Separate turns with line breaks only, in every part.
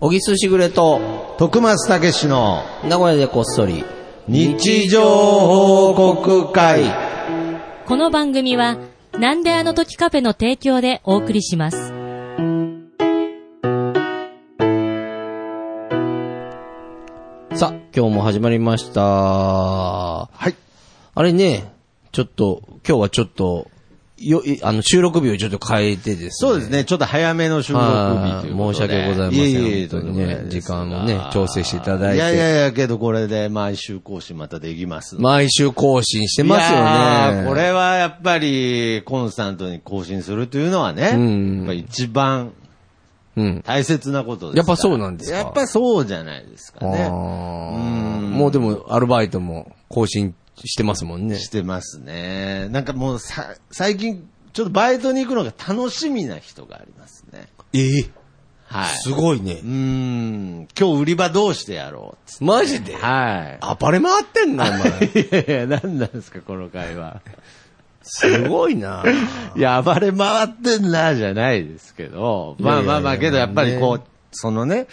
小木すしぐれと、
徳松たけしの
名古屋でこっそり。
日常報告会。。
この番組は、なんであの時カフェの提供でお送りします。
さあ、今日も始まりました。はいあれね、ちょっと、今日はちょっと、よ、いあの、収録日をちょっと変えてですね。
そうですね、ちょっと早めの収録日
は
とい
い。
うこと
申
で。
し訳ございません。
いえいえ
本当に
とんでもない
ね、
です
時間もね、調整していただいて。
いやいやいや、けどこれで毎週更新またできます。
毎週更新して
い
ますよ
や
ね。
ーこれはやっぱり、コンスタントに更新するというのはね、
うん
やっぱ一番
うん。
大切なことです
やっぱそうなんですか
やっぱそうじゃないですか
あ
ね。
ーもうでも、アルバイトも更新してますもんね。
してますね。なんかもうさ、最近、ちょっとバイトに行くのが楽しみな人がありますね。
ええ
はい。
ごいね
うー。ん、今日売り場どうしてやろうっつっ
マジで
て。は
暴れ回ってんな、お 前。
い。いやいや、何なんですか、この会話。
すごいな。
いや、暴れ回ってんな、じゃないですけど。まあまあまあ、
いや
け
い
ど
やい
や
や
っぱりこう
ね、
そのね、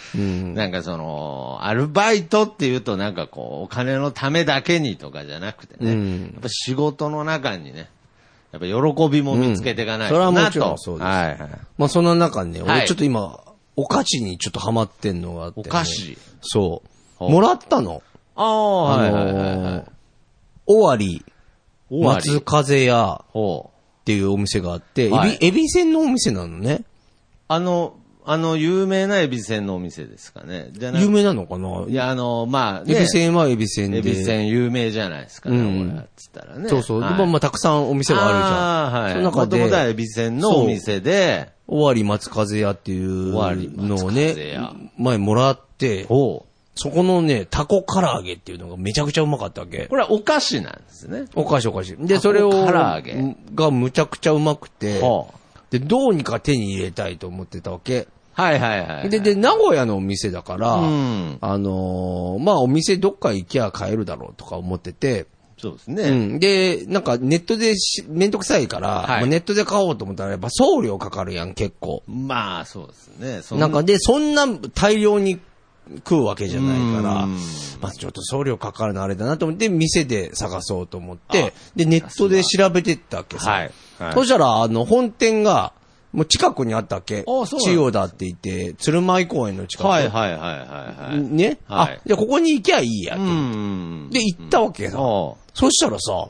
なんかその、アルバイトっていうとなんかこう、お金のためだけにとかじゃなくてね、
うん
やっぱ仕事の中にね、やっぱ喜びも見つけていかないと
う
なと、
んそれはもちろんそうです
はいはい
まあそんな中ね、
は
俺
い
ちょっと今、お菓子にちょっとハマってんのがあって、ね。
お菓子
そう。
ほう
もらったの。
ああ、はいはいはいは
あの
い
ー。尾張、
終わり
松風屋
ほう
っていうお店があって、
はい
エビ、エビせんのお店なのね。
あの、あの、有名なエビせんのお店ですかね。じゃなく
有名なのかない
や、あの、まあ、ね、
エビせんはエビせんで。
エビせん有名じゃないですかね、
うん
ほら、つったらね。
そうそう。
はい
まあまあ、たくさんお店があるじゃん。
あー
そ
はい。
の中
もともとはエ
で、
ビせんのお店で、
尾張松風屋っていう
尾張松
のを
風
ね
屋、
前もらって、
お
そこのね、タコ唐揚げっていうのがめちゃくちゃうまかったわけ
こ。れはお菓子なんですね。
おかしいおかしい。で、それを、
唐揚げ
がむちゃくちゃうまくて、
ほう
で、どうにか手に入れたいと思ってたわけ。
はいはいはい。
で、で、名古屋のお店だから、
うん
あのーまあ、お店どっか行きゃ買えるだろうとか思ってて、
そうです
う
ね。
ん。で、なんかネットでし、めんどくさいから、
はい
まあネットで買おうと思ったらやっぱ送料かかるやん、結構。
まあ、そうですね。そ
なんか、で、そんな大量に食うわけじゃないから
うん、
まあちょっと送料かかるのあれだなと思って、店で探そうと思って、で、ネットで調べてったわけさ。
はいはい
そしたら、あの、本店が、もう近くにあったわけ。
あそうなんだ
千代田って言って、鶴舞公園の近く。
はいはいはいはいはい。
ね、
はい
あ、じゃあここに行きゃいいやと
う。ん。
で、行ったわけさ。
ほ
そしたらさ、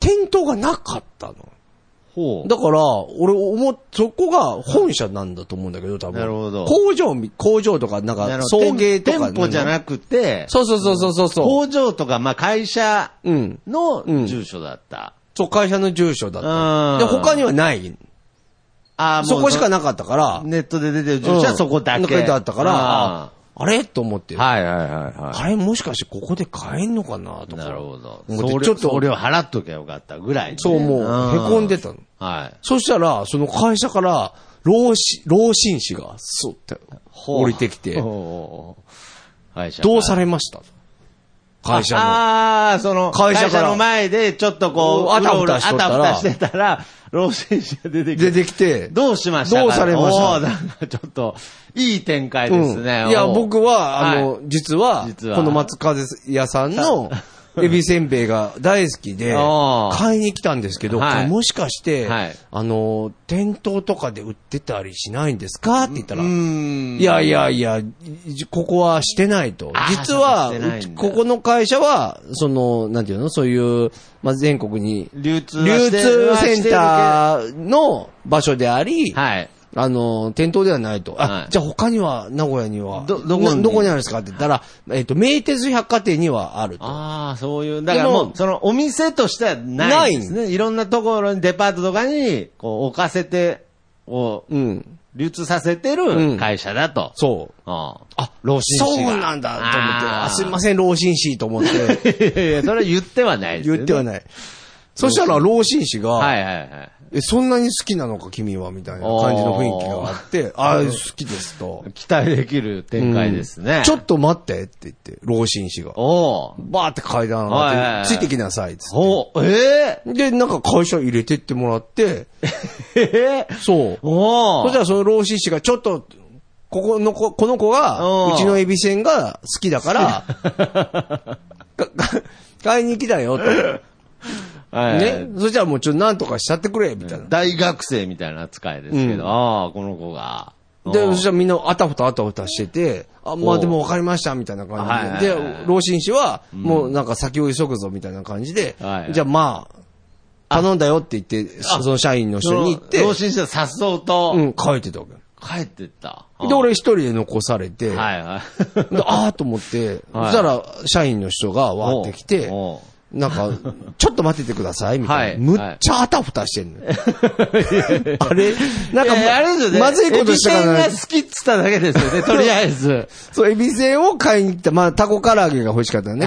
店頭がなかったの。
う。ほう。
だから、俺思っ、そこが本社なんだと思うんだけど、多分。
なるほど
工場み、工場とか、なん
な
か
る、ほ
送
ど
迎とか
店舗じゃ
い。
なくて、
そうそうそうそうそう。
工場とか、まあ、会社
うん。
の住所だった。
そう、会社の住所だった。で、
うん
他にはない。
ああ、
そこしか
な
なかったから。
ネットで出てる住所はそこだけ。
だったから、ああれと思って。
うんはいはいはいはい。
あれもしかしてここで買えんのかなとか。
なるほど。
思って
送料
ちょっと
送料払っときゃよかったぐらいね、
そう、もう、へこんでた
た。
の。
はい。
そしたら、その会社から、老子、老紳士が、そうって、降りてきて
おう、おうおう会社
どうさ
れ
れました会社の。
ああー、その、
会
会
社
社
から
の前で、ちょっとこう、
あたふたしとったら
あたふたしてたら、老人者出てき
出
て、
てきて、
どうしましたか
どうされました
おーなんかちょっと、いい展開ですね。
うんいや、
おー
僕は、あ
はい
の、実は、
実は
この松風屋さん の、エビせんべいが大好きで
あ、ー
買いに来たんですけど、こ
はい
れもしかして、
はい
あの、店頭とかで売ってたりしないんですかって言ったら、
う
い
ん。
やいやいや、いここはしてないと
あ。ー
実は、
そうかしてな
う
い
ち
んだ
ここの会社は、その、なんていうの、そういう、まあ、全国に、
流通は
流
して
通セン
ー。
ターの場所であり、
はい。
あの、店頭ではないと。あ、
はい
じゃあ他には、名古屋には、
どどこ
な
に
どこにあるんですかって言ったら、えっ、と、名鉄百貨店にはあると。
ああ、そういう、だからも
で
う
も、
そのお店としてはないんですね。いろんなところに、デパートとかに、こう、置かせて、こう、
うん。
流通させて
うん
る会社だと。
そう。
あ、 老人
そう
誌が
なんだと思って、あすいま
せ
せん、老紳士と思 って、
ん。いやいや、それは言ってはないですよ、ね。。
言ってはいない。そしたら老紳士が、
はいはいはい。
え、そんなに好きなのか君はみたいな感じの雰囲気があって、あー好きですと。
期待できる展開ですね。
ちょっと待ってって言って、老紳士が。
おう
バーって階段上
はいはい
が
は
っ
い
て、ついてきなさいっつっ
おうえ
て。で、なんか会社入れて ってもらって、
えええ
そう。
お
そ
お
したらその老紳士が、ちょっと、ここの子、この子が
う、ん
うちのエビせんが好きだ から、かか買いに来たよ と。
はい
ね。それじゃあもうちょっとなんとかしちゃってくれ、みたいな。
大学生みたいな扱いですけど、
うん
ああ、この子が。
で、
うん
そしたらみんなあたふたあたふたしてて、あ、ま
お
あ
う
でも分かりました、みたいな感じで。
はいはいはい
で、老紳士は、もうなんか先を急ぐぞ、みたいな感じで、
はい
じゃあまあ、頼んだよって言って、
あ
そその社員の人に行って、
老人者さっそうと
う、ん、帰ってたわけ。
帰ってった。
で、俺一人で残されて、
うん、はいはい。
であーと思って、
は
そし
い
たら社員の人がわーってきて、
おうおう
なんか、ちょっと待っててください、みたいな。
はい
むっちゃあたふたしてんのよ。あれなんか、
いやあれですよね。
まずいことしたか
エビ
ら
天が、好きっつっただけですよね、とりあえず。
そう、エビせんを買いに行った。まあ、タコ唐揚げが欲しかったんだ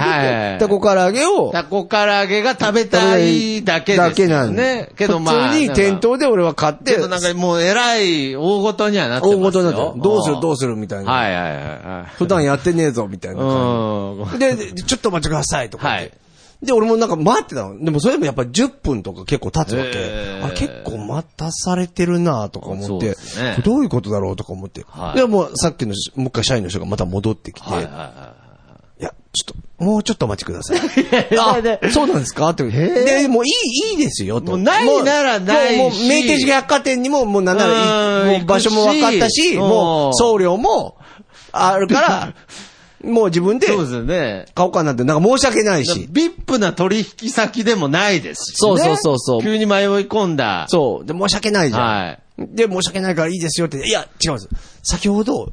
け
はい
ど、タコ唐揚げを、
タコ唐揚げが食べたいだけです、ね。
だけなん
ね
で。。
けどまあ。
普通に店頭で俺は買っ
け
て、
どなんかもう偉い大事にはなってます
大事
よ。
になってる、どうするどう
す
するみたい
る
な。
はいはいはいはい。
普段やってねえぞ、みたいな感
う
じ。
ん。
で、でちょっとお待ちください、とか
は
言っ
い
て。。で、俺もなんか待ってたの。でもそれでもやっぱ10分とか結構経つわけ
へ。ー
あ、結構待たされてるなとか
そ
思っ
うで
て、
すね
これどういうことだろうとか思って。
はい
で、もうさっきのし、もう一回社員の人がまた戻ってきて、
はいはいいはい。
や、ちょっと、もうちょっとお待ちくださ い。
それ
あ、
で
そうなんですかって。で、もういい、いいですよ、と。
もうないならないし
もう、もう名鉄百貨店にも、もうなんなら
うん
いい、もう場所も分かった
行くし
し、もう送料もある から、もう自分で
そうですよね。
買おうかなって、なんか申し訳ないし。
ビップな取引先でもないですし、ね。
そうそうそうそう
急に迷い込んだ。
そう。で、申し訳ないじゃん。
はい。
で、申し訳ないからいいですよって。いや、違うんです。先ほど、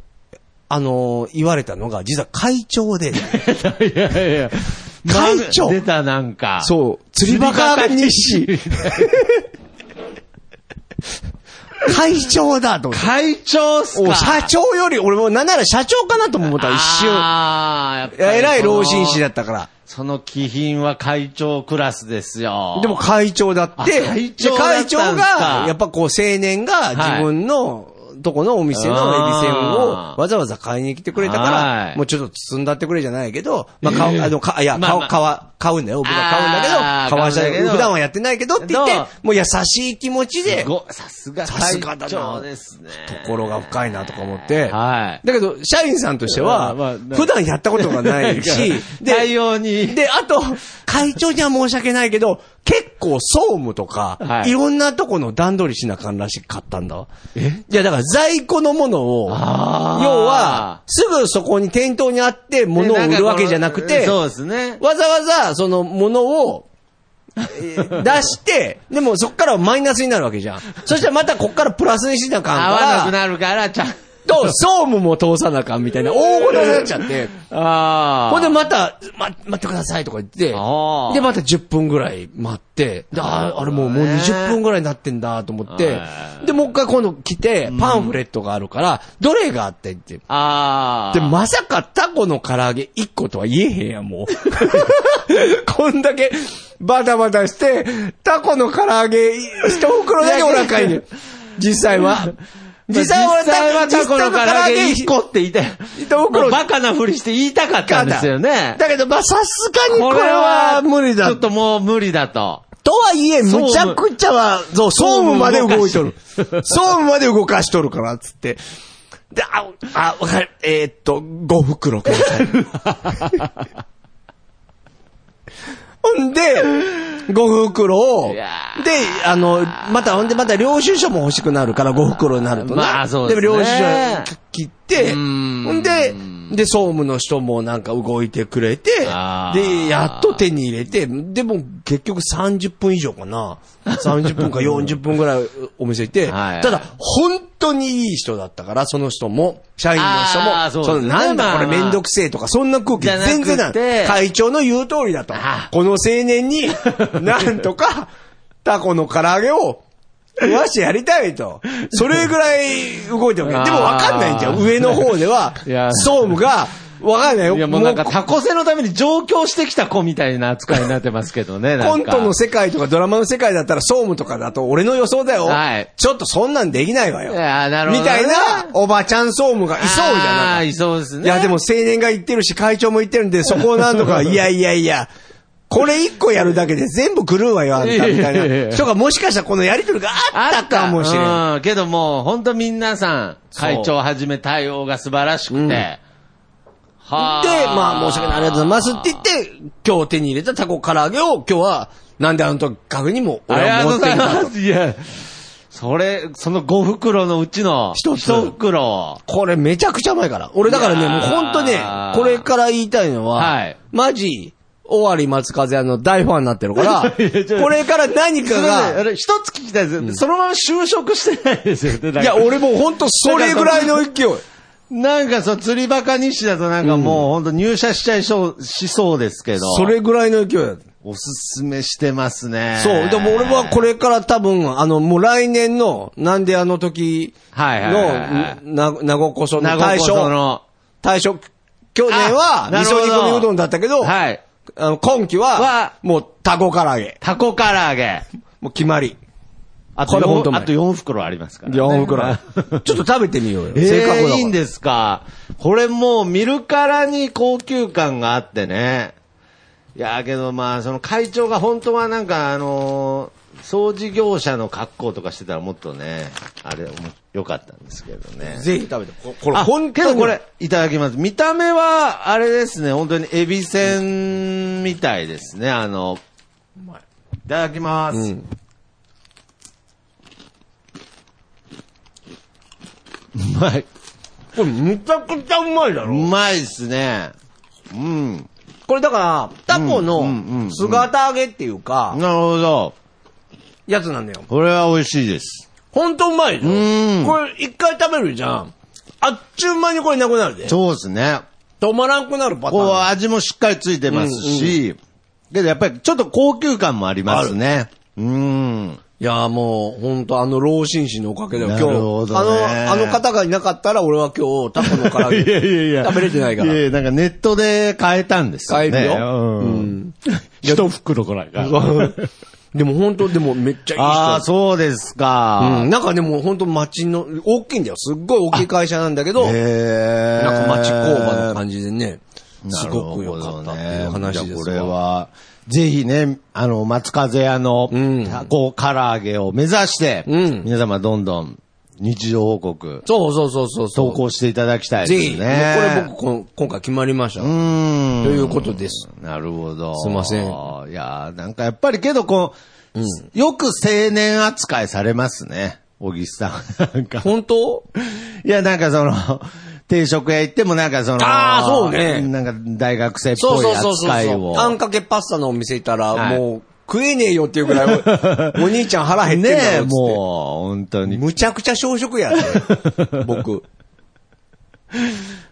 あのー言われたのが、実は会長で、
いやいや
会長
出たなんか。う。
そう、釣りバカ西、 会長だと思って。
会長っす
お
か
社長より、俺もなんなら社長かなとも思った、一瞬。
ああ、やっぱ
い
り
や偉い老人誌だ
っ
ったから。
その気品は会長クラスですよ。
でも、会長だって、
あ会
で
長だったん
会
す
長
か
が、やっぱこう青年が自分の、とこのお店のエビせんを
あー
わざわざ買いに来てくれたか
はい
ら、もうちょっと包んだってくれじゃないけど、まあ、買う、あの、か、いや、
ま
買
あま
う、
あ
買わ、買うんだよ。僕は買うんだけ
あー
ど、買わし
買うんだ
て、
けど
普段はやってないけどって言って
どう、
もう優しい気持ちで、
す
と
ごいさすが
さす
会
がだな
長ですね。
ころが深いなとか思って、
はい。
だけど、社員さんとして
う
は
んまあなん、か、
普段やったことがないし で、
対応に。
で、あと、会長には申し訳ないけど、結構総務とか、
はい
い、ろんなとこの段取りしなあかんらしかったんだわ。いや、だから在庫のものを、要
あー
は、すぐそこに店頭にあって物を売るわけじゃなく
でん
て、
かこ
わ
のそうですね。
ざわざその物を、えー出して、でもそこからはマイナスになるわけじゃん。そしたらまたこっからプラスにしなあかん
合
から。
わなくなるから、ちゃん。
と、総務も通さなあかんみたいな、大事になっちゃって。
ああ。
ほんでまた、ま、待ってくださいとか言って、で、
あー
また10分ぐらい待って、で、あーあれもうもう20分ぐらいになってんだと思って
は、い
で、もう一回今度来て、パンフレットがあるから、どれがあってって言って。
ああ。
で、まさかタコの唐揚げ1個とは言えへんやん、もう。 こんだけバタバタして、タコの唐揚げ一袋だけお腹に。実際は。実際は
実際はタコの唐揚げ
実際
1個って言いたい。
一袋
バカなふりして言いたかったんですよね。
だけど、まあ、さすがにこれは無理だ
ちょっともう無理だと。
とはいえ、
務
むちゃくちゃは、そう、総務まで動いとる。
総
総
務動かし
務まで動かしとるから、つって。で、あ、あ、わかる。えーっと、5袋くださ い。ほんで、5袋を、
い
で
や、
あの、また、ほんで、また領収書も欲しくなるから、5袋になるとな。
まあそうですね
も領収書切って、
う
ほ
ん
んで、で、総務の人もなんか動いてくれて、
あー
で、やっと手に入れて、でも結局30分以上かな。30分か40分ぐらいお店いて、
は い
ただ、本当にいい人だったから、その人も、社員の人
あ
も、
ーそうですね
のなん
ま
だ
あ
これ
まあ
めんどくせえとか、そんな空気
じゃなくて
全然ない。会長の言う通りだと
あ。
この青年 に、なんとか、タコの唐揚げを、食わしてやりたいと。それぐらい動いてるわけ。でもわかんないんじゃ
あ
ん。
ー
上の方では、
いや
総務が、わかんないよ。
いやもうなんか
もう
タコせのために上京してきた子みたいな扱いになってますけどね。な
コ
ん
ン
か
トの世界とかドラマの世界だったら、総務とかだと俺の予想だよ。
はい
ちょっとそんなんできないわよ。
いやーなるほど
み
ね
たいな、おばちゃん総務がいそうじゃ
あ
な
あ、
い
いそうですね。
いや、でも青年が言ってるし、会長も言ってるんで、そこをなんとか、いやいやいや、これ一個やるだけで全部狂うわよ、あんた、みた
いやいやい
い
や
な。人がもしかしたらこのやりとりがあったかもしれん。
うん。けどもう、ほんと皆さん、
そう
会長はじめ対応が素晴らしくて。
うん
はあ
で、まあ、申し訳ない、ありがとうございますって言って、今日手に入れたタコ唐揚げを、今日は、なんであの時カフェにも、
あり
俺
が
は
と
持って
うござい
きた
ま
と。
す。いや、それ、その5袋のうちの
一つ
1袋。
これめちゃくちゃうまいから。俺だから
い
ね、
や
もう
ー
ほんとね、これから言いたいのは、
はい
マジ、尾張松風屋の大ファンになってるか
いやちょ
ら、これから何
す
か
いませんあ
が、
れ一つ聞きたいです。そのまま就職してないですよね。なんか
いや、俺もうほんとそれぐらいの勢い。
なんかそう、釣りバカ日誌だとなんかもうほんと入社しちゃいそう、しそうですけど。
それぐらいの勢いだった。
おすすめしてますね。
そう。でも俺はこれから多分、あの、もう来年の、なんであの時
はいはいはいは
の、な、なごこそ
名
の
古屋
大
こそ
賞、
の、
大賞、去年は
あ、
味
なるほ
噌
ど
煮込みうどんだったけど、あ
はい。
の、今期
は
は、もう、タコ唐揚げ。
タコ唐揚げ。
もう決まり。
あ
ことれほんとう
4、
まい
あと4袋ありますから、ね。
4袋。 ちょっと食べてみようよ。
え
せっかくだか
ー、
ら
いいんですか。これもう見るからに高級感があってね。いやーけどまあ、その会長が本当はなんかあのー掃除業者の格好とかしてたらもっとね、あれ、良かったんですけどね。
ぜひ食べて。ここれ、
あ、
本
け
当
ど
に
これ、、いただきます。見た目は、あれですね、本当にエビせんみたいですね、あの、いただきます。
うん
まい。
これめちゃくちゃうまいだ
う
ろ。
まいっすね。うん。
これだから、タコ
うんうんう
の
ん
姿揚げっていうか、
なるほど。
やつなんだよ。
これは美味しいです。
ほんとうまいよ。
うん
これ一回食べるじゃん。あっちゅう間にこれなくなるで。
そうですね。
止まらんくなるパタ
こう
ーン。
味もしっかりついてますし、けどやっぱりちょっと高級感もありますね。うん。
いやーもう、ほんとあの老紳士のおかげだよ、今日。
なるほどね
あの、あの方がいなかったら俺は今日タコの唐揚 げ。食べれてないから。
いややなんかネットで買えたんですよね。
買えるよ
うん
うん
一袋くらいが。
でもほんと、でもめっちゃいい人。
ああ、そうですか。
うん、なんかでも本当町の、大きいんだよ。すっごい大きい会社なんだけど、
へえ。
なんか町工場の感じでね、す
なる
ご
ほど
く
ね
良かったっていう話です
じゃあこれは、ぜひね、あの、松風屋の
うん
タコ唐揚げを目指して、
うん
皆様どんどん日常報告、
そうそうそうそうそう。
投稿していただきたい
ぜ
で
ひ、
す
も
ね。
うこれ僕こん今回決まりました。
うーん。
ということです。
なるほど。
すいません
いやーなんかやっぱりけど、こう、よく青年扱いされますね。小木さん。なんか。
本当
いや、なんかその、定食屋行ってもなんかその、
あーそうね
なんか大学生っ
そう
ぽい
そうそうそう
扱い
そう。あん
を。
かけパスタのお店いたら、
はい
もう食えねえよっていうぐ らい、おお兄ちゃん腹減って
ね
んだ
え、
ろっつって
もう、本当に。
むちゃくちゃ小食やね。 僕。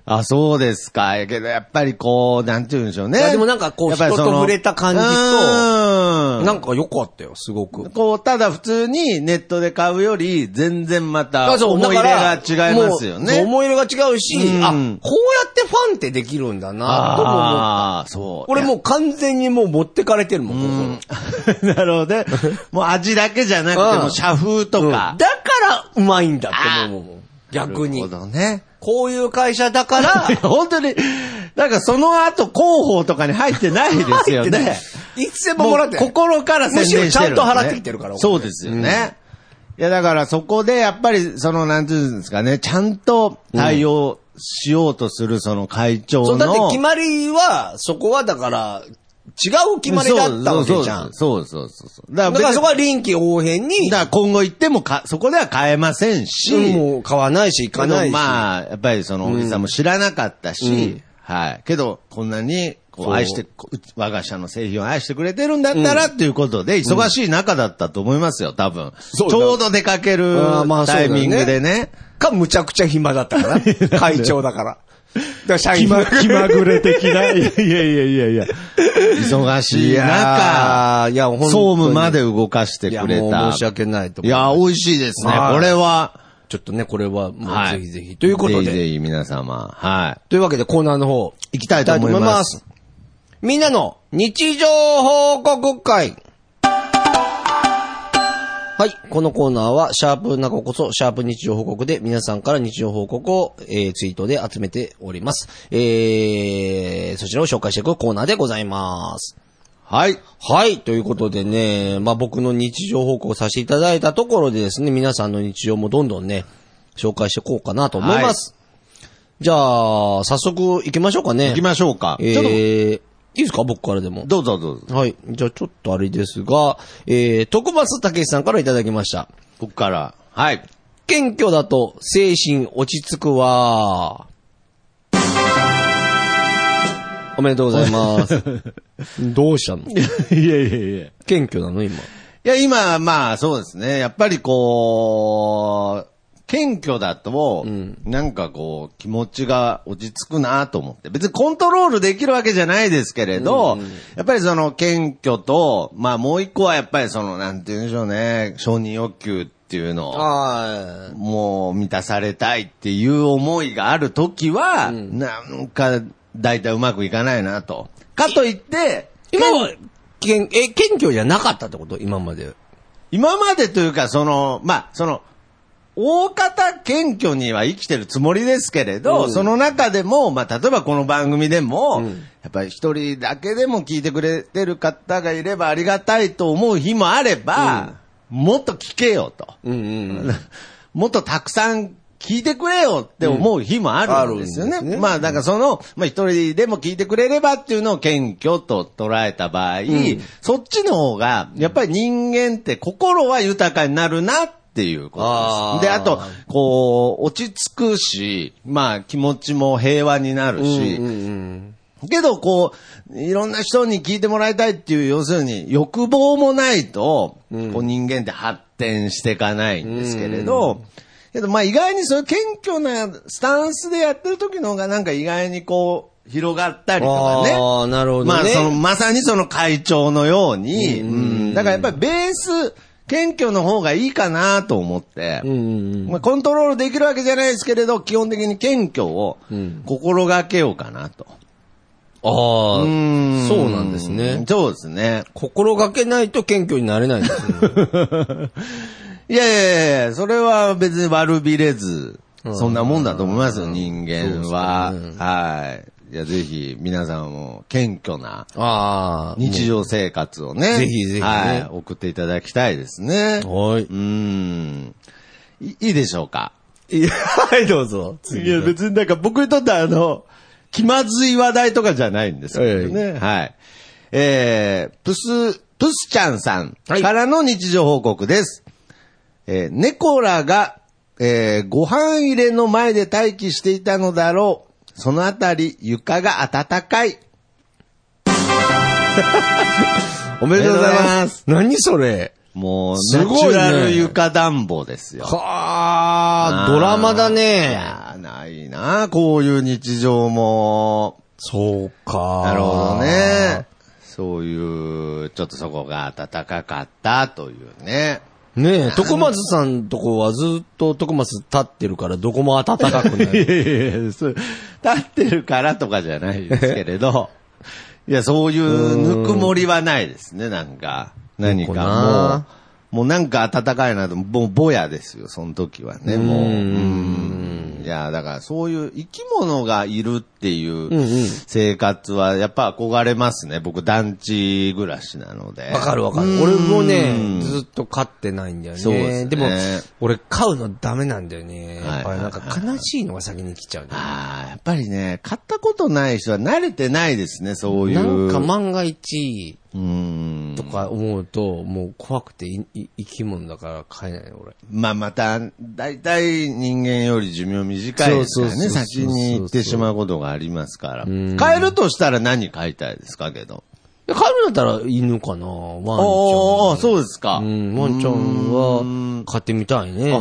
あ、そうですか。けど、やっぱりこう、なんて言うんでしょう
いや
ね。
でもなんかこう
やっぱりそ
人
の
と触れた感じと
うーん
なんか良かったよ、すごく。
こう、ただ普通にネットで買うより、全然また、
あそう
思い入れが違いますよ
だからもうそう
ね。
思い入れが違うし、
うん
あ、こうやってファンってできるんだな、とも思う。
ああ、そう。
俺もう完全にもう持ってかれてるもん、ここ
なるほどね。もう味だけじゃなくて、
うん
もう社風と
うん
か
だ。からうまいんだって思うもん。逆に
な。るほどね。
こういう会社だ から
いや、本当に、なんかその後広報とかに入ってないですよね。
一銭ももらってない。
心から宣伝してる、ね。
むしろちゃんと払ってきてるからお金
そうですよね。いや、だからそこでやっぱり、その、なんていうんですかね、ちゃんと対応しようとする、その会長の。
そう、だって決まりは、そこはだから、違う決まりだったわけじゃん。
そうそうそうそうそう。だ
だ
から
からそこ
は、
は臨機応変に、
だから今後行ってもか、そこでは変えませんし、
うんもう買わないし、行かないし。
まあ、やっぱりそのおじさんも知らなかったし、
うん
はい。けど、こんなに、こ
そうう
愛して、こう我が社の製品を愛してくれてるんだったら、ということで、忙しい中だったと思いますよ、多分。
そう
ちょうど出かける
あーまあそうだ
タイ
よね
ミングでね。
か、むちゃくちゃ暇だった から。会長だから。だから社員
ぐれ的 な。いやいやいやいや忙しい中、
いや、ほんとに
総務まで動かしてくれ
いやも
た。
う申し訳ないと思
いうや、美味しいですね、
はい
これは。
ちょっとね、これは、もう
は
ぜ
い。
ひぜひ。ということ
ぜひぜ
で、
ひ皆様、はい。
というわけでコーナーの方、
行きたいと思います。。
みんなの日常報告会。はい。このコーナーは、シャープなここそ、シャープ日常報告で、皆さんから日常報告を、えーツイートで集めております。えー、そちらを紹介していくコーナーでございます。
はい。
はい。ということでね、まあ、僕の日常報告させていただいたところでですね、皆さんの日常もどんどんね、紹介していこうかなと思います。じゃあ、早速行きましょうかね。
行きましょうか。
えー
ちょっ
いいですか僕からでも
と、。どうぞどうぞ。
はい。じゃあちょっとあれですが、えー、徳松武さんからいただきました。
こっから。 はい。
謙虚だと精神落ち着くわ。おめでとうございます。 どうしたの
いやいやいや。い
謙虚なの今。
や、今、まあ、そうですね。やっぱりこう、謙虚だと、なんかこう、気持ちが落ち着くなと思って。別にコントロールできるわけじゃないですけれど、やっぱりその謙虚と、まあもう一個はやっぱりその、なんて言うんでしょうね、承認欲求っていうのを。
あ
もう満たされたいっていう思いがあるときは、なんか、だいたいうまくいかないなと。かといって、
今は、けんえ、謙虚じゃなかったってこと今まで。
今までというか、その、まあ、その、大方謙虚には生きてるつもりですけれど、
うん
その中でも、まあ、例えばこの番組でも、やっぱり一人だけでも聞いてくれてる方がいればありがたいと思う日もあれば、もっと聞けよと。
うんうん。
もっとたくさん聞いてくれよって思う日もあるんですよ
うん
ね。
あるんですね
まあ、だからその、まあ一人でも聞いてくれればっていうのを謙虚と捉えた場合、そっちの方が、やっぱり人間って心は豊かになるなっていうことです。で、
あー
あと、こう、落ち着くし、まあ気持ちも平和になるし、
うんうん。
けど、こう、いろんな人に聞いてもらいたいっていう、要するに欲望もないと、こう人間って発展していかないんですけれど、けど、まあ意外にそういう謙虚なスタンスでやってる時の方がなんか意外にこう、広がったりとかね。
ああ、なるほどね。
まあ、その、まさにその会長のように、うんだからやっぱりベース、謙虚の方がいいかなと思って、まあ、コントロールできるわけじゃないですけれど、基本的に謙虚を心がけようかなと。
ああ、
うん
そうなんですね。
そうですね。
心がけないと謙虚になれないん ですね。
いやいやいやいや、それは別に悪びれず、そんなもんだと思いますよ、人間は。はい。いや、ぜひ、皆さんも謙虚な
ああ。
日常生活をね。
ぜひぜひね
はい。送っていただきたいですね。
はい。
うん。いいいでしょうか。
いやはい、どうぞ。次。
別になんか僕にとってはあの、気まずい話題とかじゃないんですけどね。はい。えー、プス、プスちゃんさん
はい
からの日常報告です。えー、猫らが、えー、ご飯入れの前で待機していたのだろう。そのあたり、床が暖かい。
おめでとうござい
おめでとうござい
ま。
ます
何それ
もう、
す
ナ
ごい
チ
ね
ュラル床暖房ですよ。
はあ、ドラマだ
い
ね。
やーないなこういう日常も。
そうか。
なるほど。ね。そういう、ちょっとそこが暖かかったという ね。
ねえ、徳松さんとこはずっと徳松立ってるからどこも暖かくなる。
立ってるからとかじゃないですけれど、 いや、そういうぬくもりはないですね、なんか。何
どこな
かもう、もうなんか暖かいなと、もうぼやですよ、その時はね、もう。うんいや、だからそういう生き物がいるっていう生活はやっぱ憧れますね。僕団地暮らしなので。
わかるわか
う
る。
ん
俺もね、ずっと飼ってないんだよね。
そうですね
も、俺飼うのダメなんだよね。
はい
やっぱりなんか悲しいのが先に来ちゃうんだよね
ああ、やっぱりね、買ったことない人は慣れてないですね、そういう。
なんか万が一
うん。
とか思うと、もう怖くていい生き物だから飼えないの俺。
まあまた、大体人間より寿命短いですから
そうそう
ね、
そう
先に行ってしまうことがありますから。変えるとしたら何買いたいですかけど。
いや飼うんだったら犬かなワンちゃん。
おー、そうですか。
うん、ワンちゃんは飼ってみたいね。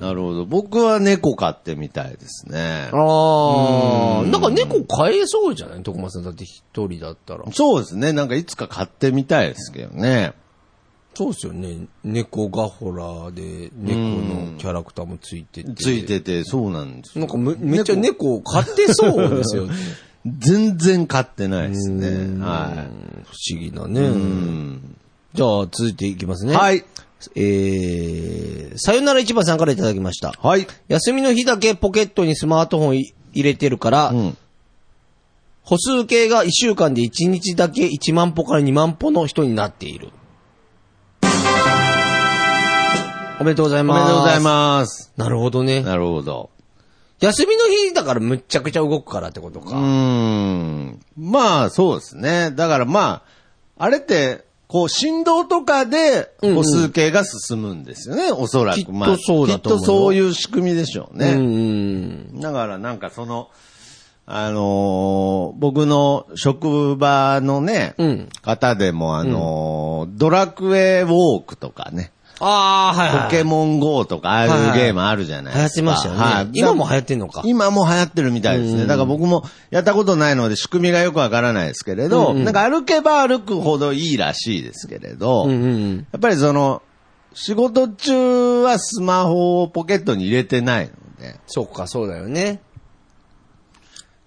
なるほど。僕は猫飼ってみたいですね。
ああ、なんか猫飼えそうじゃない徳間さんだって一人だったら。
そうですね、なんかいつか飼ってみたいですけどね。
そうですよね。猫がほらで、猫のキャラクターもついてて。
つい。てて、そうなんです
な
よ
んかめめっちゃ猫を飼ってそうですよね。
全然飼ってないです ね。は
不思議だね。じゃあ続いていきます
い。
ね。。
はいい。
えー、さよなら市場さんからいただきました。
はい。
休みの日だけポケットにスマートフォンい入れてるから、歩数計が1週間で1日だけ1万歩から2万歩の人になっている。おめでとうござい
お
ま
め
す。
でとうございます。
す。なるほどね。
なるほど。
休みの日だからむっちゃくちゃ動くからってこと
う
か。
ーん。まあ、そうですね。だからまあ、あれって、こう、振動とかで、
うんうん
歩数計が進むんですよね、おそらく。
きっと
まあ
そうだと思うよ
きっとそういう仕組みでしょうね。
うんうん。
だからなんかその、あのー僕の職場のね、
うん
方でもあのードラクエウォークとかね、
ああ、はいはい。
ポケモン GO とかあ
はい
あい
は
う
い
ゲームあるじゃない
流行
で
っ
す
て
か。
ましたよね
はい
今も流行ってんのか
今も流行ってるみたいですね。だから僕もやったことないので仕組みがよくわからないですけれど、なんか歩けば歩くほどいいらしいですけれど、
うんうん。
やっぱりその、仕事中はスマホをポケットに入れてないので、
そうか、そうだよね。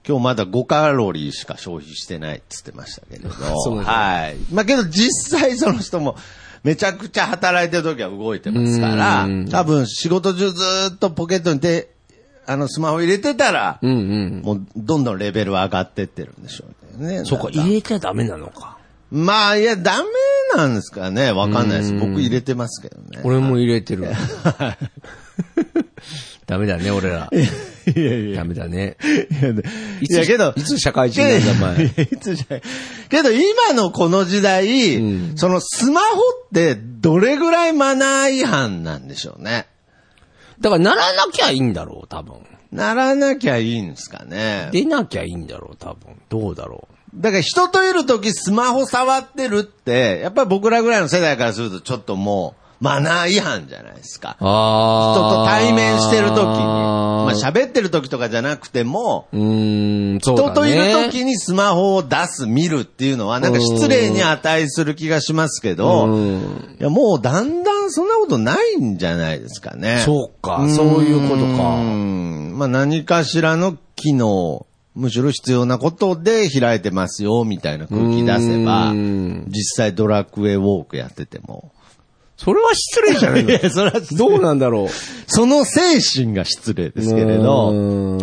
今日まだ5カロリーしか消費してないって言ってましたけれど。
そうですね
はい。まあけど実際その人もめちゃくちゃ働いてる時は動いてますから
うん、
多分仕事中ずーっとポケットに手、あのスマホ入れてたら、
うんうん。
もうどんどんレベルは上がってってるんでしょうね。
そうか、
なん
入れちゃダメなのか。
まあいや、ダメなんですかね。わかんないです。僕入れてますけどね。
俺も入れてる。 ダメだね、俺ら。
いやいや
ダメだね。
いやで
い
い
つ、
やけど、
いつ社会人なんだ、お前。
いつじゃないけど今のこの時代、
う
そのスマホってどれぐらいマナー違反なんでしょうね。
だから、ならなきゃいいんだろう、多分。
ならなきゃいいんですかね。
出なきゃいいんだろう、多分。どうだろ
だから人といる時スマホ触ってるって、やっぱり僕らぐらいの世代からするとちょっともうマナー違反じゃないですか。
う。あ
人と対面してる時に、まあ
まあ、
喋ってる時とかじゃなくても、
うーん、そうだね。
人といる時にスマホを出す、見るっていうのは、なんか失礼に値する気がしますけ
う
ど、
ん。
いや、もうだんだんそんなことないんじゃないですかね。
そうか、そういうこと
う
か。
ん。まあ何かしらの機能、むしろ必要なことで開いてますよ、みたいな空気出せば
う、ん
実際ドラクエウォークやってても。
それは失礼じゃないの
それは、
どうなんだろう。
その精神が失礼ですけれど、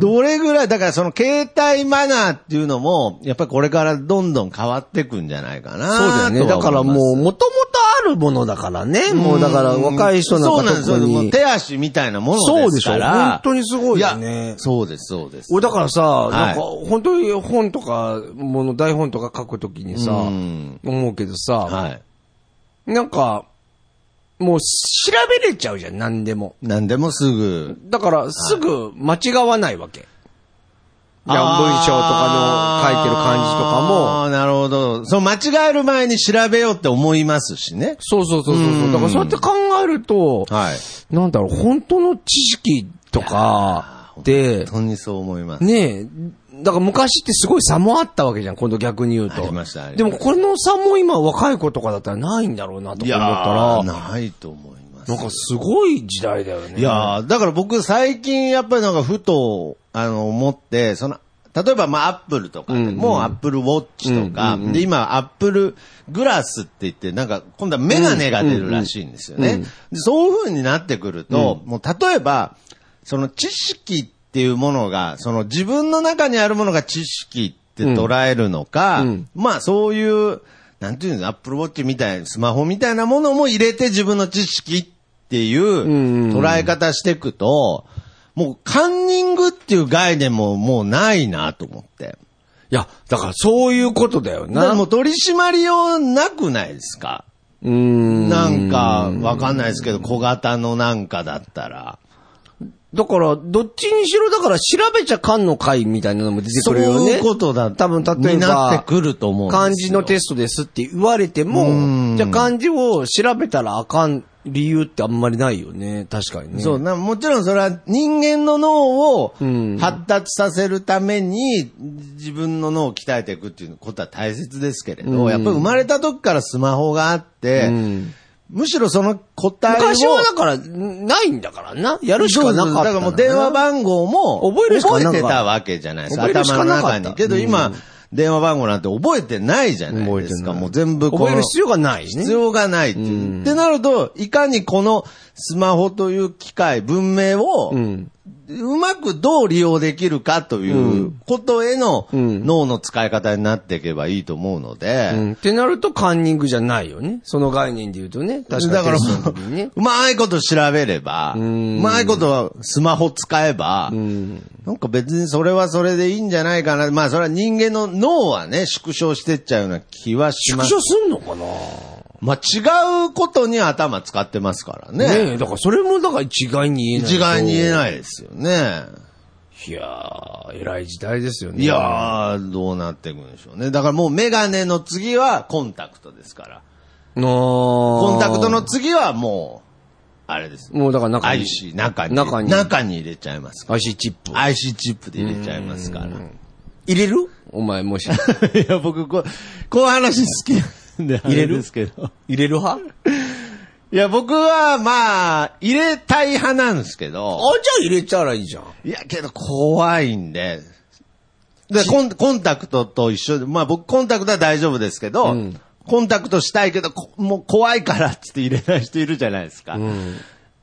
ど。
どれぐらい、だからその携帯マナーっていうのも、やっぱりこれからどんどん変わっていくんじゃないかな。
そうだよね。だからもう、もともとあるものだからね。もうだから若い人な
そうなん
ん
で
か
すよ。
特
もう
に。
手足みたいなものですから。
そうでしょ本当にすごいよね
いやそうです、そうです。
俺だからさ、
い
なんか本当に本とか、もの台本とか書くときにさ、
うん
思うけどさ、
はい。
なんか、もう調べれちゃうじゃん、何でも。
何でもすぐ。
だからすぐ間違わないわけ。いや
あー
文章とかの書いてる感じとかも
あーなるほど。そう、間違える前に調べようって思いますしね。
そうそうそうそうそう。だからそうやって考えると、
はい。
なんだろう、本当の知識とかって、
本当にそう思います。
ねえ、だから昔ってすごい差もあったわけじゃん、今度逆に言うと。
ありましたありまし
で
た
もこの差も今若い子とかだったらないんだろうなと
い
か
や
思ったら、
ー
な
ないと思います。
んかすごい時代だよね。
いやーだから僕最近やっぱりなんかふと、あの、思って、その、例えばまあアップルとかね、
うんうん
もうアップルウォッチとか、で今アップルグラスって言って、なんか今度はメガネが出るらしいんですよね。
うんうんうん
でそういう風になってくると、もう例えば、その知識っていうものが、その自分の中にあるものが知識って捉えるのか、
うんうん
まあそういう、なんていうの、アップルウォッチみたいな、スマホみたいなものも入れて自分の知識ってい
ん
う捉え方していくと、もうカンニングっていう概念ももうないなと思って。
いや、だからそういうことだよ
な
な。
んかもう取り締まりようなくないですか
うーん。
なんか、わかんないですけど、小型のなんかだったら。
だから、どっちにしろだから調べちゃかんのかいみたいなのも出てくるよね。
そういうことだ
多分、例え
になっ
ば
て、くると思うんですよ
漢字のテストですって言われて
う
も、
ん
じゃあ漢字を調べたらあかん理由ってあんまりないよね。確かにね。
そう、な、もちろんそれは人間の脳を
うん
発達させるために自分の脳を鍛えていくっていうことは大切ですけれど、
うん
やっぱり生まれた時からスマホがあって、
うん
むしろその答えを。
昔はだから、ないんだからな。やるしかなかったん
そうそうだからもう電話番号も
覚えるしかなかった
覚えてたわけじゃないですか。
覚えるしか
頭
なか
の
った
中に。けど
う
今
ん、
電話番号なんて覚えてないじゃない
覚え
で
て
す
な
か。
い
もう全部この
覚える必要がないね。
必要がないっていう
うん
ってなると、いかにこのスマホという機械、文明を、
うん
うまくどう利用できるかということへの
ん
脳の使い方になっていけばいいと思うので、
うん。ってなるとカンニングじゃないよね。その概念で言うとね。確か
だ
に
から
テストの時にね。
うまいこと調べれば、う
うん
まいことスマホ使えば、
うん。
なんか別にそれはそれでいいんじゃないかな。まあそれは人間の脳はね、縮小してっちゃうような気はし
縮
ます
小。すんのかな
まあ違うことに頭使ってますからね。
ねえ、だからそれもだから一概に言えないと。
一概に言えないですよね。
いやー、偉い時代ですよね。
いやー、どうなっていくんでしょうね。だからもうメガネの次はコンタクトですから。コ
コ
ンタクトの次はもう、あれです。
もうだから中に。
IC、中に。
中に。
入れちゃいます。
IC チップ。
IC チップで入れちゃいますから。
入れるお前もし。
いや、僕、こう、こういう話好きなんで、
入れる
あですけど。
入れる派
いや、僕は、まあ、入れたい派なんですけ
あ、
ど、
じゃあ入れたらいいじゃん。
いや、けど怖いんで、でコンコンタクトと一緒で、まあ僕コンタクトは大丈夫ですけど、
うん
コンタクトしたいけど、こもう怖いからっつって入れない人いるじゃないですか。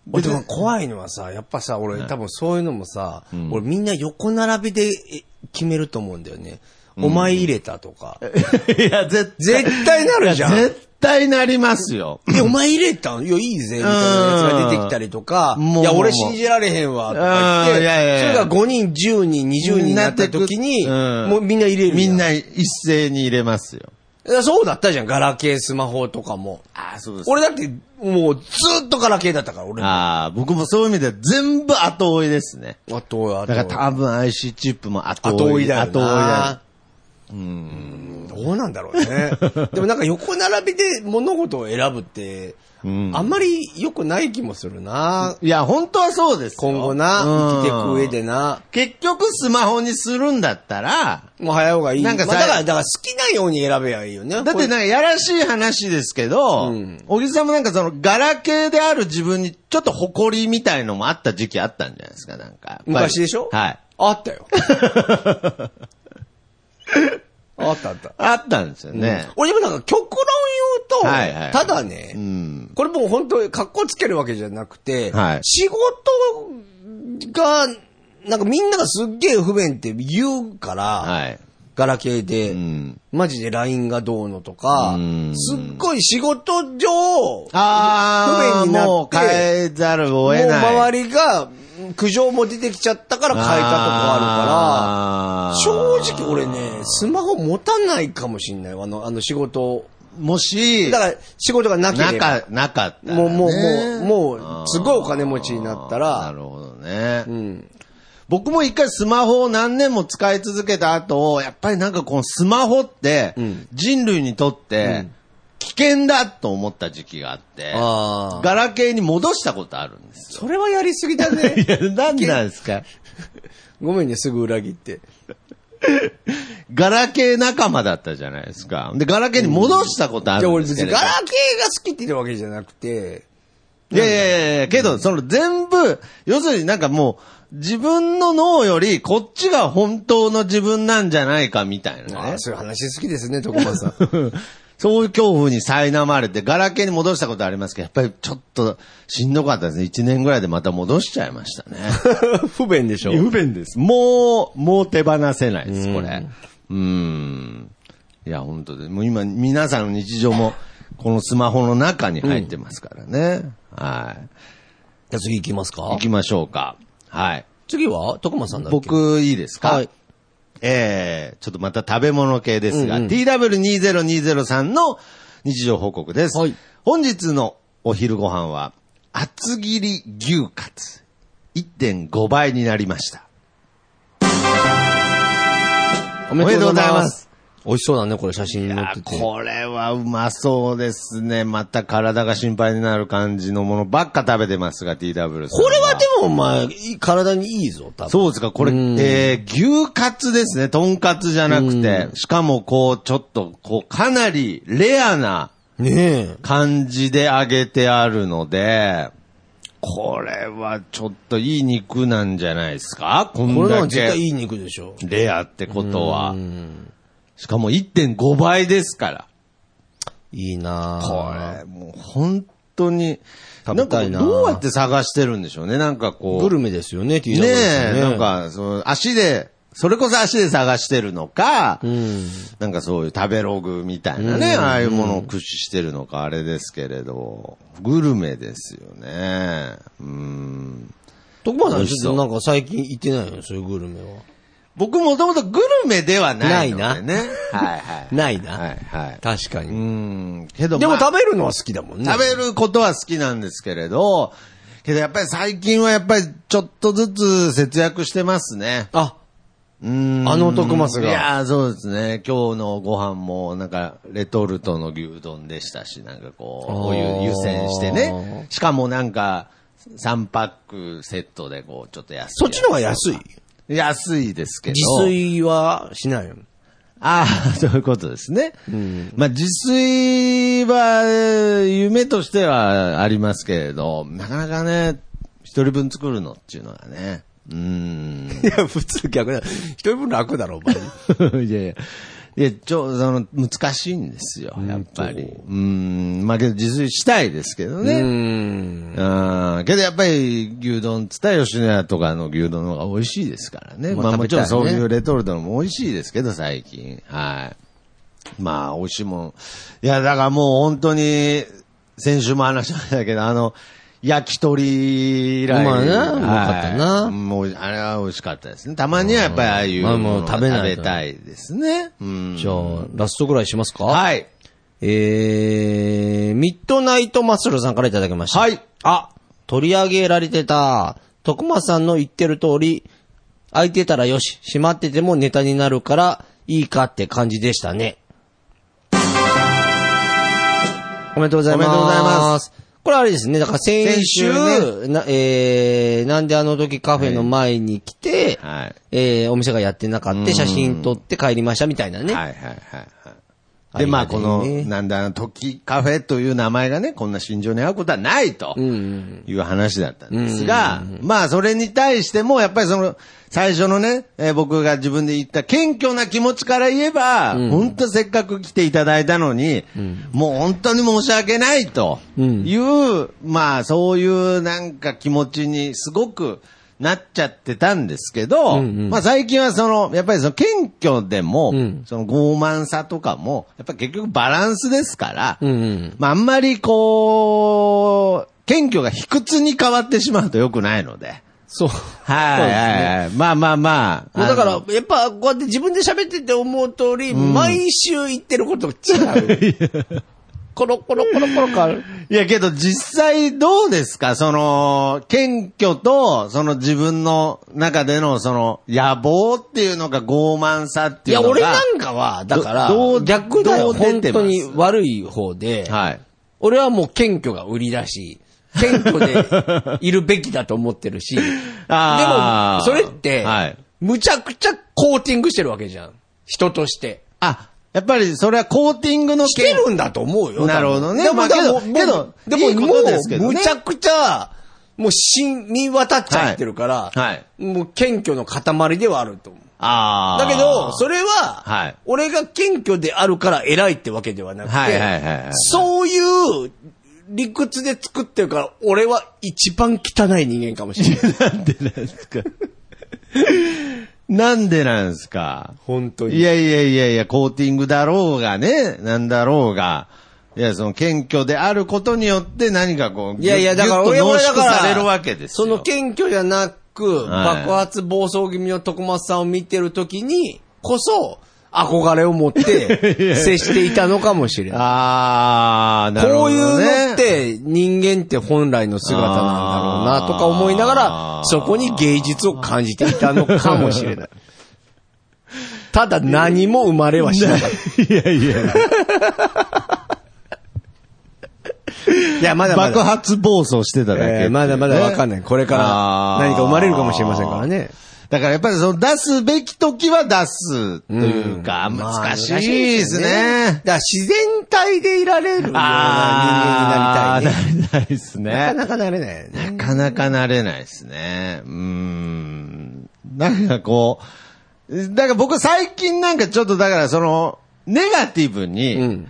俺でも怖いのはさ、やっぱさ、俺多分そういうのもさ、俺みんな横並びでえ決めると思うんだよね。お前入れたとか。
いや、絶対。
絶対なるじゃん
いや絶対なりますよ。
いや、お前入れたんいや、いいぜ、みたいなやつが出てきたりとか、
うん
いや、
もう
俺信じられへんわ、とか言っ
うん
て、
いやいやいや
それが5人、10人、20人になった時に、
うん
もうみんな入れる
み
じゃ
んな一斉に入れますよ。
いやそうだったじゃん、ガラケー、スマホとかも。
ああ、そうで
俺だって、もうずーっとガラケーだったから、俺も。
ああ、僕もそういう意味では全部後追いですね。
あと、あ
だから
と、
多分 IC チップも後
後
追
追
い
いだよ
後追いだ
な。うん。どうなんだろう ね。でもなんか横並びで物事を選ぶって、
ん
あんまり良くない気もするな。
いや、本当はそうですよ
今後な、生きていく上で
うん
な。
結局スマホにするんだったら、
もう早い方がいい。
なんかさ
まあだから、だから好きなように選べばいいよね。
だってなんかやらしい話ですけ
う
ど、
ん
小木さんもなんかそのガラケーである自分にちょっと誇りみたいのもあった時期あったんじゃないですか、なんか。
昔でしょ
はい。
あった よ。あったあった。
あったんですよね。
俺でもなんか極論言うと、
はいはい
ただね、
うん
これもう本当に格好つけるわけじゃなくて、
はい
仕事が、なんかみんながすっげえ不便って言うから、
はい。
ガラケーで、
うん。
マジで LINE がどうのとか
うん、
すっごい仕事上、
ああ、
不便になって
もう変えざるを得ない。
もう周りが苦情も出てきちゃったから変えたとこあるから、正直俺ね、スマホ持たないかもしんないわあの、あの仕事を。
もし、
だから仕事がなけ
な
れ
か
ば。、
なかったらね、
もうもうもうもうすごいお金持ちになったら
あーなるほどね。
うん。
僕も一回スマホを何年も使い続けた後、やっぱりなんかこのスマホって
ん、
人類にとっ
う
て
ん、
危険だと思った時期があって、
あー
ガラケーに戻したことある んです
それはやりすぎだ ね。
よ。いや、なんなんですか
ごめんね、すぐ裏切って。
ガラケー仲間だったじゃないですか。で、ガラケーに戻したことあ
じゃ
る
あ
ん
俺
です
別に
けれど
ガラケーが好きって言うわけじゃなくて、
いやいやいやいや、けど、その全部、要するになんかもう、自分の脳より、こっちが本当の自分なんじゃないかみたいな
あ
ね
ー。そういう話好きですね、徳間さん。
そういう恐怖に苛まれて、ガラケーに戻したことありますけど、やっぱりちょっと、しんどかったですね。1年ぐらいでまた戻しちゃいましたね。
不便でしょ。
不便です。もう、もう手放せないです、これ。うーん。いや、本当で。もう今、皆さんの日常も、このスマホの中に入ってますからね。はい。
じゃあ次行きますか
行きましょうか。はい。
次は徳間さんだっけ
僕、いいですか、
はい
えー、ちょっとまた食べ物系ですが、TW2020 さんの日常報告です。
はい
本日のお昼ご飯は、厚切り牛カツ。1.5倍になりました。
お
めでとうございます。
美味しそうだね、これ写真
い
に載
や
ってて。
これはうまそうですね。また体が心配になる感じのものばっか食べてますが、TW さん。こ
これはでもお前、いい体にいいぞ、多分。
そうですか、これ、えー、牛カツですね、とんかつじゃなくて、しかもこう、ちょっと、こう、かなりレアな
ねえ。
感じで揚げてあるので、これはちょっといい肉なんじゃないですかこ
こ
ん
れの
だ
は絶
け
対いい肉でしょ。
レアってことは。しかも1.5倍ですから。
いいなぁ
これ、もう本当に、な
食べ
んか
たいな。
どうやって探してるんでしょうね。なんかこう。
グルメですよね、聞いたこと
ね
ですよ
え、なん、か、その足で、それこそ足で探してるのか、なんかそういう食べログみたいなね、ああいうものを駆使してるのか、あれですけれど、グルメですよね。うん。
徳間さ
美
ん、
味し
ち
そ
ょ
う
っとなんか最近行ってないのそういうグルメは。
僕もともとグルメではないのでね。はいはい。
ないな。
はいはい。
確かに。
うん。けど、
でも
まあ
食べるのは好きだもんね。
食べることは好きなんですけれど、けどやっぱり最近はやっぱりちょっとずつ節約してますね。
あ、
うん
あの徳松が
いやーそうですね。今日のご飯も、なんか、レトルトの牛丼でしたし、なんかこう、お湯湯煎してね。しかもなんか、3パックセットでこう、ちょっと安い。
そっちの方が安い
安いですけど。
自炊はしないの。
ああ、そういうことですね。まあ、自炊は、えー夢としてはありますけれど、なかなかね、一人分作るのっていうのがね。うーん。
いや、普通逆だ。一人分楽だろ、お前。
いやいや。いや、ちょ、その、難しいんですよ、やっぱり。うん。まあけど、自炊したいですけどね。うん。けど、やっぱり、牛丼っつったら吉野家とかの牛丼の方が美味しいですからね。
まあ
まあもちろん
食
そ
べた
う
いね
いうレトルトのも美味しいですけど、最近。はい。まあ、美味しいもん。いや、だからもう本当に、先週も話しましたけど、あの、焼き鳥以来。
まあねうまかったな
はいもう、あれは美味しかったですね。たまにはやっぱりああいう
まあもう
のを
食べないと
食べたいですね。うん。
じゃあ、ラストぐらいしますか
はい。
えー、ミッドナイトマッスルさんからいただきました。
はい。
あ、取り上げられてた。徳間さんの言ってる通り、空いてたらよし、閉まっててもネタになるから、いいかって感じでしたね。おめでとうございます。
おめでとうございます。
これあれですね、だから先週、
先週
なえー、なんであの時カフェの前に来て、
はい。
えー、お店がやってなかった、写真撮って帰りましたみたいなね。
はいはいはいはい。
あり
で、ま
が
あ
た
こ
いね
の、なんだ、あの時カフェという名前がね、こんな心情に合うことはないという話だったんですが、まあそれに対しても、やっぱりその、最初のね、えー僕が自分で言った謙虚な気持ちから言えば、本当せっかく来ていただいたのに、もう本当に申し訳ないという、まあそういうなんか気持ちにすごく、なっちゃってたんですけど、まあ最近はその、やっぱりその謙虚でも、その傲慢さとかも、やっぱ結局バランスですから、まああんまりこう、謙虚が卑屈に変わってしまうと良くないので。
そう。
はいはいはい。まあまあまあ。
もうだか
あの
ら、やっぱ、こうやって自分で喋ってて思う通り、毎週言ってることが 違う。コロコロコロコロ変わる。
いやけど実際どうですかその、謙虚と、その自分の中でのその、野望っていうのか傲慢さって
い
いう
や、
のが。
俺なんかは、だから
どどう、
逆だよ、
どう出
本
てます
当に悪い方で、
はい。
俺はもう謙虚が売りだし、謙虚でいるべきだと思ってるし、 で
あ
も、そ
ー
れって
はい、
むちゃくちゃコーティングしてるわけじゃん。人として。
あ、やっぱりそれはコーティングの
してるんだと思うよ。
なるほどね
でも、
まあ
でも
けどけど
でも、
いいことですけどね
もうむちゃくちゃ、もう染み渡っちゃってるから、
はいはい
もう謙虚の塊ではあると思う。
ああ。
だけど、それは、
はい
俺が謙虚であるから偉いってわけではなくて、
はいはいはいはい
そういう理屈で作ってるから、俺は一番汚い人間かもしれ ない。
なんでなんですか。なんでなんですか。
本当
い
に。
やいやいやいや、コーティングだろうがね、なんだろうが。いや、その謙虚であることによって何かこう、
いやいや、だから
ぎゅっ
俺
と濃
はだか
縮
ら、
されるわけです
そ
よ。
の謙虚じゃなく、
はい
爆発暴走気味の徳松さんを見てるときに、こそ、憧れを持 って、接していたのかもしれない。
ああ、なる
こ
ほ
うい
ど、ね。
うのって人間って本来の姿なんだろうなとか思いながら
あ、ー
そこに芸術を感じていたのかもしれ ない。ただ何も生まれはしなかった。
いやいや、
いや、まだま
爆
だ。
発暴走して ただけっていうね、
えーまだまだわかんない。これから何か生まれるかもしれませんからね。
だからやっぱりその出すべき時は出すというか、難しいですね。
だから自然体でいられるような人間になり たいね。
あーなりたいですね。
なかなかなれないよね。
なかなかなれないですね。うーん。なんかこう、だから僕最近なんかちょっとだからその、ネガティブに、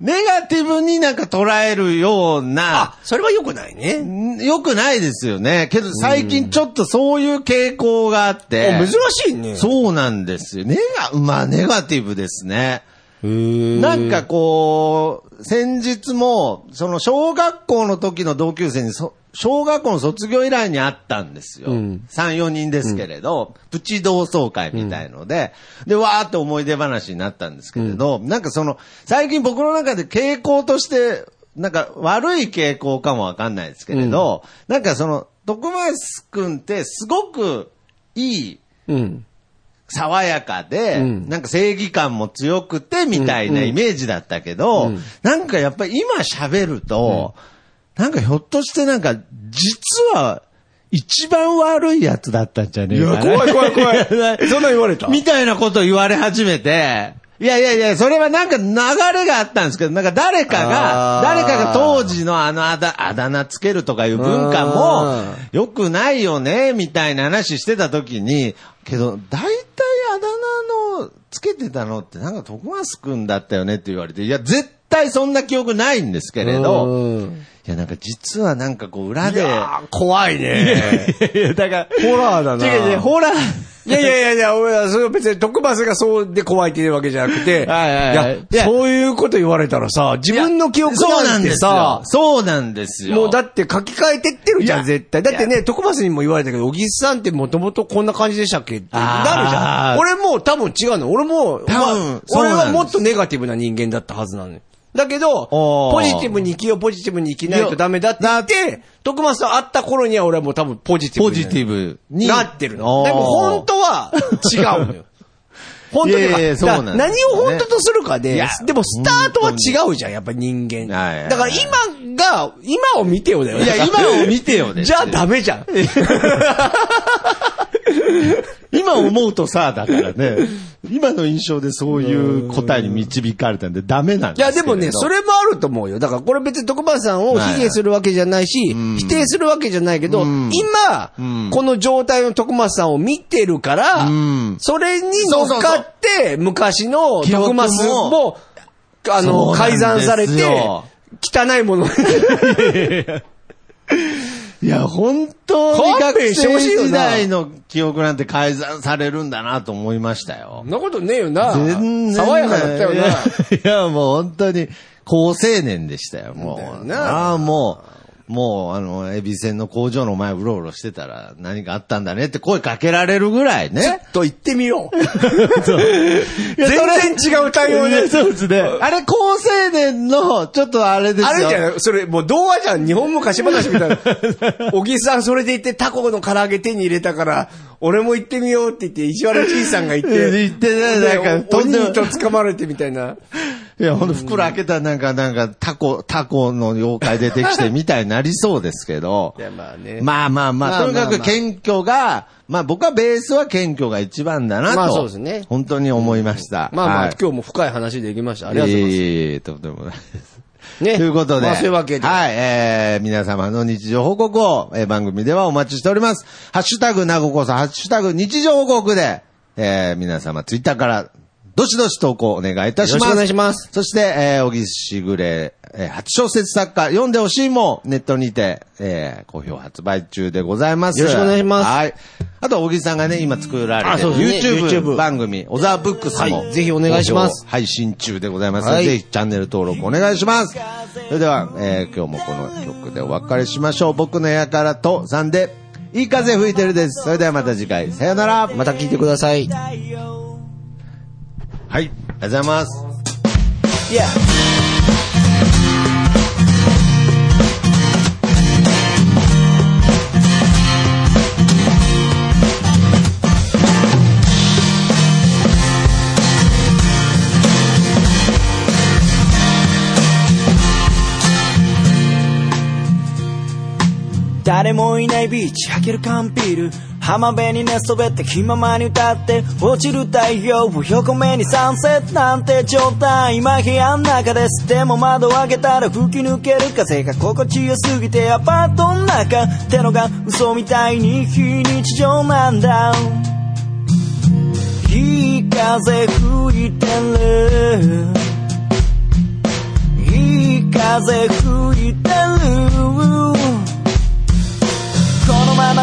ネガティブになんか捉えるような、
それは良くないね。
ん良くないですよね。けど最近ちょっとそういう傾向があって。
お珍しいね。
そうなんですよ。ネガ、まあネガティブですね。なんかこう、先日も、その小学校の時の同級生にそ、小学校の卒業以来に会ったんですよ。3、4人ですけれど、プチ同窓会みたいので、で、わーって思い出話になったんですけれど、なんかその、最近僕の中で傾向として、なんか悪い傾向かもわかんないですけれど、なんかその、徳松くんってすごくいい
うん。
爽やかで、なんか正義感も強くてみたいなイメージだったけど、なんかやっぱり今喋ると、なんかひょっとしてなんか実は一番悪いやつだったんじゃね
い
えか
や、
な。
怖い怖い怖 い。そんなん言われた。
みたいなこと言われ始めて、いやいやいや、それはなんか流れがあったんですけど、なんか誰かが、
あー
誰かが当時のあのあだあだ名つけるとかいう文化も
あ、
良くないよね、みたいな話してた時に、けど、大体あだ名のつけてたのってなんか徳松くんだったよねって言われて、いや、絶対そんな記憶ないんですけれど、
うん
いや、なんか実はなんかこう裏
い
で、
やー怖いね。
いや、だから、
ホラーだな。
違う違う、ホラー、
いやいやいやいや、俺はそれは別に徳松がそうで怖いって言うわけじゃなくて、
はいはいはいい
や
や
そういうこと言われたらさ、自分の記憶
そうな
なん
ん
て
ですよ
さ。、
そうなんですよ。
もうだって書き換えてってるじゃ
い
ん、
や
絶対。だってね、徳松にも言われたけど、小木さんってもともとこんな感じでしたっけってなるじゃ
あ
ん。
ー
俺もう多分違うの。俺も、
多分
まあ
そう
俺
なんです
はもっとネガティブな人間だったはずなのよ。だけど、
おー
ポジティブに生きよう、ポジティブに生きないとダメだって言って、徳松と会った頃には俺はもう多分ポジティブ
ポ
になる
ジティブに。
なってるの。でも本
当
当は違うのよ。本当
いやい
にだ
や
か
そう
ら
なんですよね
何を本当とするか
い
で
や、
でもスタートは違うじゃん、やっぱり人間。
はいはいはい
だから今が、今を見てよだよ。
いや、今を見てよね。
じゃあダメじゃん。
今思うとさ、だからね、今の印象でそういう答えに導かれたんでダメなん
い
です
や、
け
で
れど
もね、それもあると思うよ。だから、これ別に徳橋さんを
はい
卑下するわけじゃないし、否定するわけじゃないけど、
うん
今
う、ん
この状態の徳橋さんを見てるから
うん、
それに乗っかって、昔の
記
徳
憶
橋
も
も、あの、
そうなん
改
ですよ
ざんされて、汚いも の。
いや、本当に
勘
学
弁してほ
生
しいよな
時代の記憶なんて改ざんされるんだなと思いましたよ
そん。なことねえよな。
全然。
爽やかだったよ な。
いや、もう本当に、高青年でしたよ、も
だよ
う。
な
ああ、もう、もう、あの、エビ船の工場の前うろうろしてたら、何かあったんだねって声かけられるぐらい
ちょ
ね
っ。と言ってみよう。
いやそれ
全然違う対応
い
で
や。そうですね。あれ、高青年の、ちょっとあれですよ。
あるじゃないそれ、もう童話じゃん。日本昔話みたい な。小木さんそれで言ってタコの唐揚げ手に入れたから、俺も行ってみようって言って、石原じいさんが行って。
行ってね
で
なんか
お
とんでも
鬼と掴まれてみたいな。
いや、ほんと袋開けたらなんか、なんか、タコ、タコの妖怪出てきてみたいになりそうですけど
い。や、まあね。
まあまあ
ま
ま
あ
あ、とにか
まあ
く
まあ
謙虚が、まあ僕はベースは謙虚が一番だなと。
まあそうですね
本当に思いました。
まあまあ、
はい
今日も深い話できました。ありがとうございま
いえいえいえとんでもないです。
す。ね。
ということで。
まあそういうわけで。
はい、えー、皆様の日常報告を、えー番組ではお待ちしております。ハッシュタグ、なごこさん、ハッシュタグ、日常報告で、えー、皆様、ツイッターから、どしどし投稿お願いいたします。
よろしくお願いします。
そして、えー、小木しぐれ、えー、初小説作家、読んでほしいも、ネットにて、えー、好評発売中でございます。
よろしくお願いします
はい。あと、小木さんがね、今作ら
あ
れて
そ
る、
うですね YouTube
YouTube 番組、小沢ブックスも、
はいぜひお願いします。
配信中でございますので、
はい
ぜひチャンネル登録お願いします。それでは、えー今日もこの曲でお別れしましょう。僕のやからとさんで、いい風吹いてるです。それではまた次回、さよなら。
また聞いてください。
はい。ありがとうございます。
いや。
誰もいないビーチ開ける缶ビール浜辺に寝そべって気ままに歌って落ちる太陽を横目にサンセットなんて状態今部屋の中ですでも窓を開けたら吹き抜ける風が心地よすぎてアパートの中ってのが嘘みたいに非日常なんだいい風吹いてる風吹いてるこのまま